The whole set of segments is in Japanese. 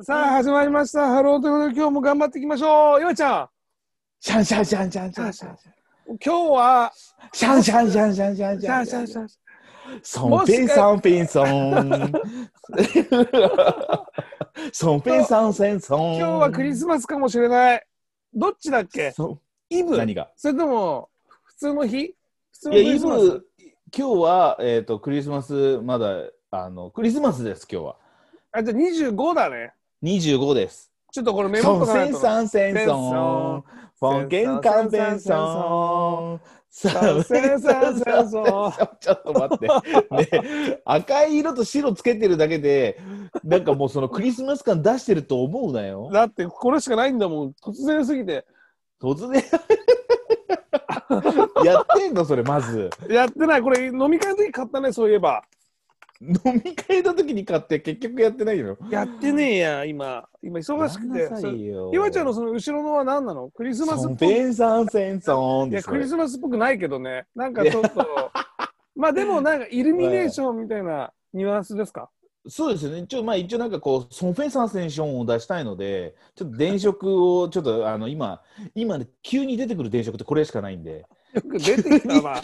さあ、始まりました。ハローということで、今日も頑張っていきましょう。岩ちゃシャンシャンシャンシャンシャンシャンん、今日は、シャンシャンシャンシャンシャンシシャャンンシシャャンンシシャンャン。ソンピンソンピンソンソンピンソンセンソン今日はクリスマスかもしれない。どっちだっけそイブ何がそれとも、普通の日普通うのいクやリイスマスブ今日はえっ、とクリスマスまだあのクリスマスです今日はあ、じゃあ25だね。 25ですちょっとこれメモっとソンかなセいンと。ソンセンセンソソンフォンケンカンベンソンソンセンソンセンソン ちょっと 待って、ね、赤い色と白つけてるだけでなんかもうそのクリスマス感出してると思うなよだって、これしかないんだもん。突然すぎて。突然 やってんのそれまずやってない。これ、飲み会の時買ったね、そういえば。飲み会の時に買って結局やってないよやってねえや、今。今、忙しくてやんな。さいよ岩ちゃんのその後ろのは何なのクリスマスソっンぽいペンサンセンソンいでやすクリスマスっぽくないけどねなんかちょっと まあでもなんかイルミネーションみたいなニュアンスですかそうですよね、一応、まあ、一応なんかこう、ソンフェンサーセンションを出したいので、ちょっと電飾を、ちょっとあの今、今、急に出てくる電飾ってこれしかないんで、よく出てきた な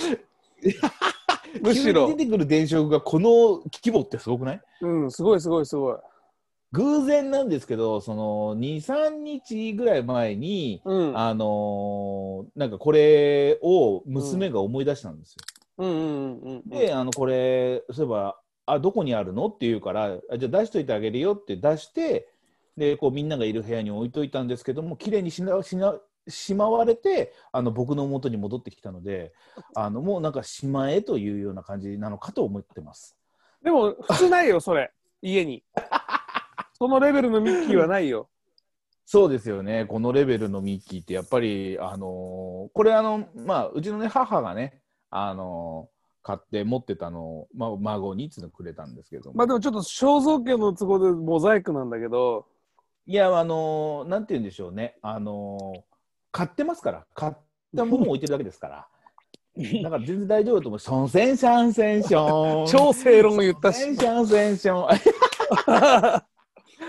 むし急ろに出てくる電飾がこの規模ってすごくないうんすごいすごいすごい偶然なんですけど、その2、3日ぐらい前に、うんうん あのーなんかこれを娘が思い出したんですうよ。んうんうんで、あのこれ、そういえば、あ、どこにあるのって言うから、あじゃあ出しといてあげるよって出して、で、こうみんながいる部屋に置いといたんですけども、綺麗にしなしなしまわれて、あの僕の元に戻ってきたので、あのもうなんかしまえというような感じなのかと思ってます。でも普通ないよそれ家にそのレベルのミッキーはないよそうですよね、このレベルのミッキーって、やっぱり、あのーこれあの、まあ、うちの、ね、母がね、あのー買って持ってたのを、まあ、孫にいつのくれたんですけども。まあでもちょっと肖像権の都合でモザイクなんだけどいや、あのーなんて言うんでしょうね、あのー買ってますから、買ったものを置いてるだけで すから、だから全然大丈夫だと思う。ソンセンシャンセンション。超正論言ったセしンシャンセンション。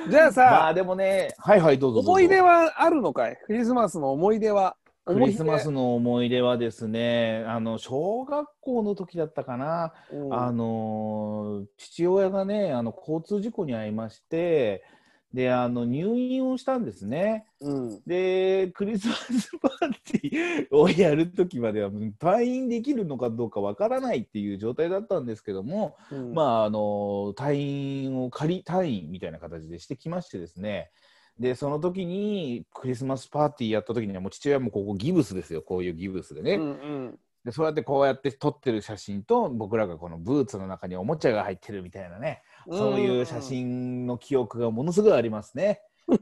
じゃあさ、まあでもね、はいはい、どうぞどうぞ思い出はあるのかいクリスマスの思い出はクリスマス思の思い出はですね、あの小学校の時だったかな、い出うんあのー父親がね、あの交通事故に遭いまして、であの入院をしたんですね。うんで、クリスマスパーティーをやるときまでは、うん退院できるのかどうかわからないっていう状態だったんですけども、うんまあ、あの、退院を仮退院みたいな形でしてきましてですね、で、その時に、クリスマスパーティーやった時には、もう父親もここギブスですよ、こういうギブスでね。うんうんで、そうやってこうやって撮ってる写真と、僕らがこのブーツの中におもちゃが入ってるみたいなね、そういう写真の記憶がものすごいあります ね。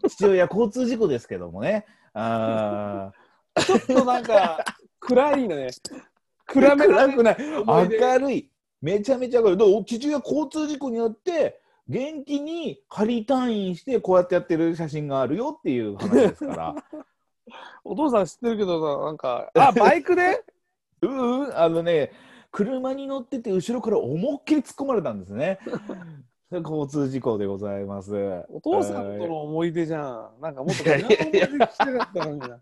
父親、交通事故ですけどもね。あちょっとなんか暗いねー暗めだ 暗ねくない。思い出明るい。めちゃめちゃ明るい。だから父親、交通事故によって、元気に仮退院して、こうやってやってる写真があるよっていう話ですから。お父さん知ってるけどななんか あバイクでうーん、あのね、車に乗ってて、後ろから思いっきり突っ込まれたんです ね。それ交通事故でございます。お父さんとの思い出じゃんなんかもっといや違いうや思いいや出聞きたかったのにな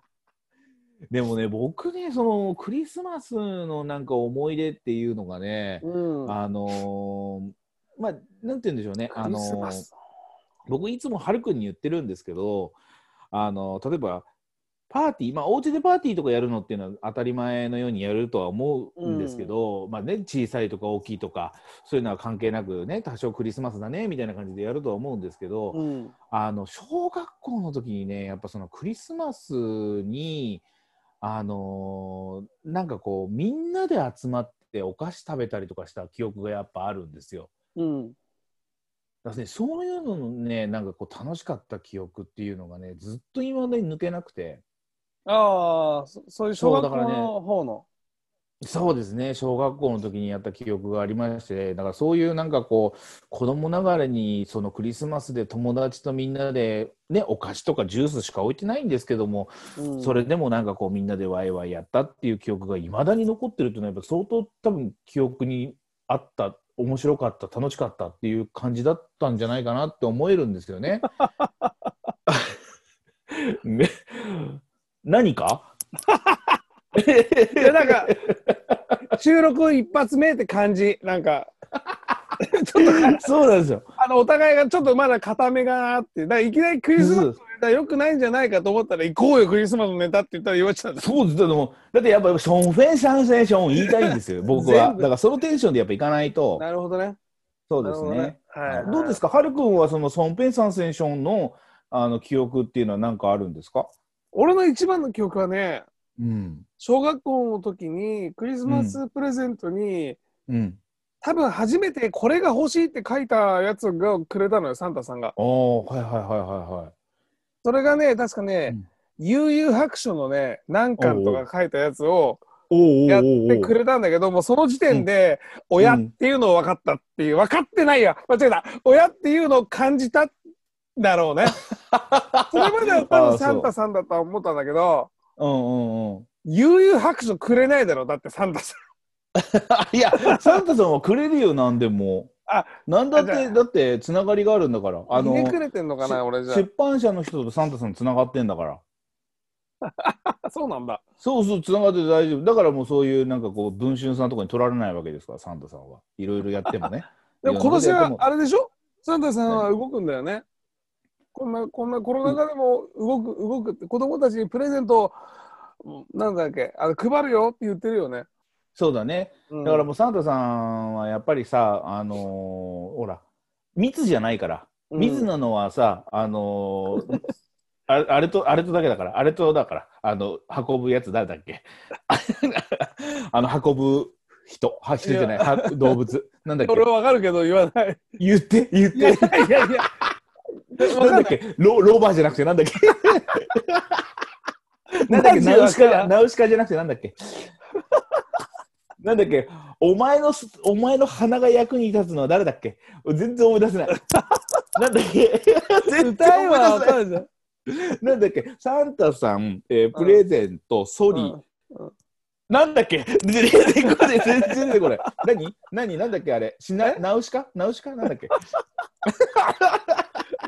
でもね、僕ね、そのクリスマスのなんか思い出っていうのがね、うんあのーまあ、なんて言うんでしょうね、あクリのスーマス僕いつもはるくんに言ってるんですけど、あのー例えば、パーティー、まあ、お家でパーティーとかやるのっていうのは当たり前のようにやるとは思うんですけど、まあね、小さいとか大きいとか、そういうのは関係なくね、多少クリスマスだねみたいな感じでやるとは思うんですけど、うんあの小学校の時にねやっぱそのクリスマスにあのーなんかこうみんなで集まってお菓子食べたりとかした記憶がやっぱあるんですよ。うんだからね、そういうののねなんかこう楽しかった記憶っていうのがねずっと今までに抜けなくてああそそういう小学校そうだからねの方のそうですね小学校の時にやった記憶がありましてだからそういうなんかこう子供ながらにそのクリスマスで友達とみんなで、ね、お菓子とかジュースしか置いてないんですけどもうんそれでもなんかこうみんなでワイワイやったっていう記憶がいまだに残ってるっていうのはやっぱ相当多分記憶にあった面白かった楽しかったっていう感じだったんじゃないかなって思えるんですよね。何かいやなんか収録一発目って感じなんかちょっとそうなんですよ。あのお互いがちょっとまだ固めがなってだからいきなりクリスマスのネタよくないんじゃないかと思ったら行こうよクリスマスのネタって言ったら言われちゃったそうです。でも、だってやっぱションフェン、シャンセン、ション言いたいんですよ、僕は。全だ部からそのテンションでやっぱいかないと。なるほどねそうですね。なるほどねはいどうですか、はるくんはそのソンペンサンセンションのあの記憶っていうのは何かあるんですか、俺の一番の記憶はねうん小学校の時にクリスマスプレゼントに、うん、多分初めてこれが欲しいって書いたやつがくれたのよサンタさんがああ、はいはいはいはいはい。それがね確かね「悠々白書」のね何巻とか書いたやつをおやってくれたんだけどもうその時点で親っていうのを分かったっていう分かってないや間違えた親っていうのを感じたんだろう ねそれまでは多あ分ーそうサンタさんだとは思ったんだけどうんうんうん。悠々白書くれないだろうだってサンタさんいや、サンタさんはくれるよ、なんでも。あなんだっあじゃて、あだって、つながりがあるんだから。あひのねくれてんのかしな俺じゃ出版社の人とサンタさんつながってんだから。あそうなんだそうそう、つながってて大丈夫。だからもうそういう、なんかこう、文春さんとかに取られないわけですから、サンタさんは。いろいろやっても ね。でも今年いろいろやってはもあれでしょサンタさんは動くんだよね。こんな、こんなコロナ禍でも動く、動くって、子供たちにプレゼントを、なんだっけ、あの配るよって言ってるよね。そうだね。うんだからもうサンタさんはやっぱりさ、あのーほら、密じゃないから。うん密なのはさ、あのーあれあれと、あれとだけだから、あれとだから、あの、運ぶやつ誰だっけ あの、運ぶ人、は人じゃない、は動物。なんだっけ俺はわかるけど言わない。言って、言っいやいて。やいやいや。なんだっけロロバーじゃなくてな んだっけなんだっけマジナわウシかカらんナウシカじゃなくてなんだっけなんだっけお前のすお前の鼻が役に立つのは誰だっけ全然思い出せ ないなんだっけ全歌え然ばわ思い出せかるじゃん。ないなんだっけサンタさん、えープレゼント、ソリ、うんなんだっけ 全然出てこない全然出てこれ何何なんだっけあれしなナウシカナウシカなんだ っけ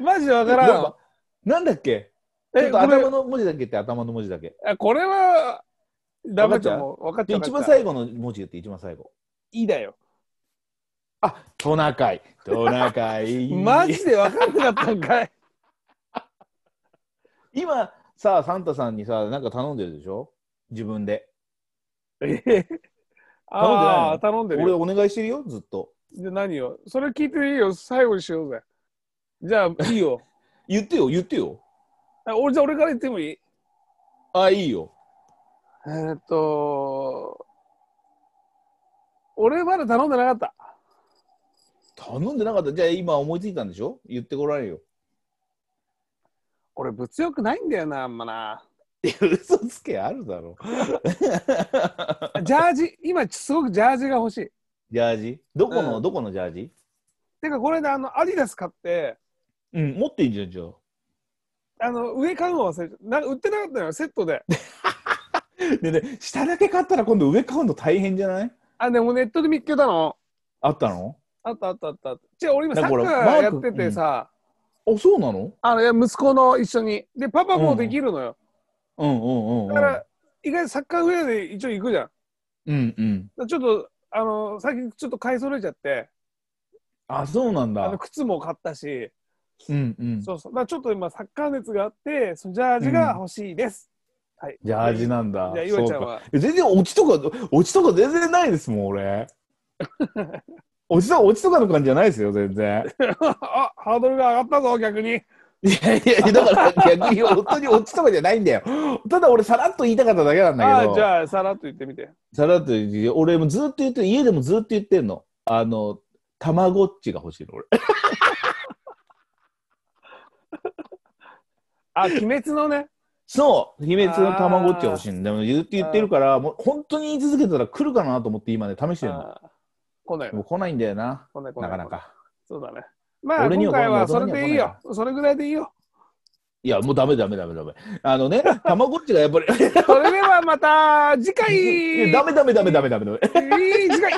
マジでわからんわ。なんだっけちょえ、っとこれ頭、の文字だけ言って頭の文字だけあこれは、ダメだもう。分かっちでゃう。一番後。最後の文字言って一番最後。いいだよ。あトナカイトナカ イ。マジでわかんなかったん かい。今さサンタさんにさなんか頼んでるでしょ自分で。ああ、頼んでるよ俺。お願いしてるよずっと。じゃあ何よそれ聞いていいよ最後にしようぜ。じゃあいいよ。言ってよ言ってよ。あ俺じゃあ俺から言ってもいいあいいよ。えーっと、俺まだ頼んでなかった。頼んでなかったじゃあ今思いついたんでしょ言ってごらんよ。俺物欲ないんだよな、あんまな。いや 嘘つけあるだろ。ジャージ、今すごくジャージが欲しい。ジャージどこの、うんどこのジャージてかこれであのアディダス買って、うん持っていいじゃんじゃあ。あの上買うの忘れちゃった。なんか売ってなかったのよ、セットで。でね下だけ買ったら今度上買うの大変じゃないあ、でもネットで見っけたの。あったのあったあったあったあった。違う、俺今サだからッこカーれやマっークててさ、あそうなのあのいや息子の一緒に。で、パパもできるのよ。うんうんうん、うん。だから、意外にサッカーウェアで一応行くじゃん。うんうん。ちょっと、あの、最近ちょっと買い揃えちゃって、あ、そうなんあだの。靴も買ったし、うんうん。そうそう。だからちょっと今、サッカー熱があって、そのジャージが欲しいです。はい。ジャージなんだ。じゃあ、ゆうちゃんそうかは。え全然落ちとか、落ちとか全然ないですもん、 俺。落ちとか、落ちとかの感じじゃないですよ、全 然。あ、ハードルが上がったぞ、逆に。いやいや、だから逆に本当に落ちとかじゃないんだよ。ただ俺、さらっと言いたかっただけなんだけあど。じゃあ、さらっと言ってみて。さらっと言って、俺もずっと言ってる、家でもずっと言ってんの。あの、たまごっちが欲しいの、俺。 あ、鬼滅のね。そう、秘密のたまごっちが欲しいんだよ。でも言って言ってるから、もう本当に言い続けたら来るかなと思って今ね、試してるの。あー来ないでもよ。来ないんだよな。来ない、来な。ないかな来い。か。そうだね。まあ、俺に今は回はこそんなれのでいいよ。それぐらいでいいよ。いや、もうダメダメダメダメ。あのね、たまごっちがやっぱり。それではまた、次回 いやダメダメダメダメダメダメ。いい次回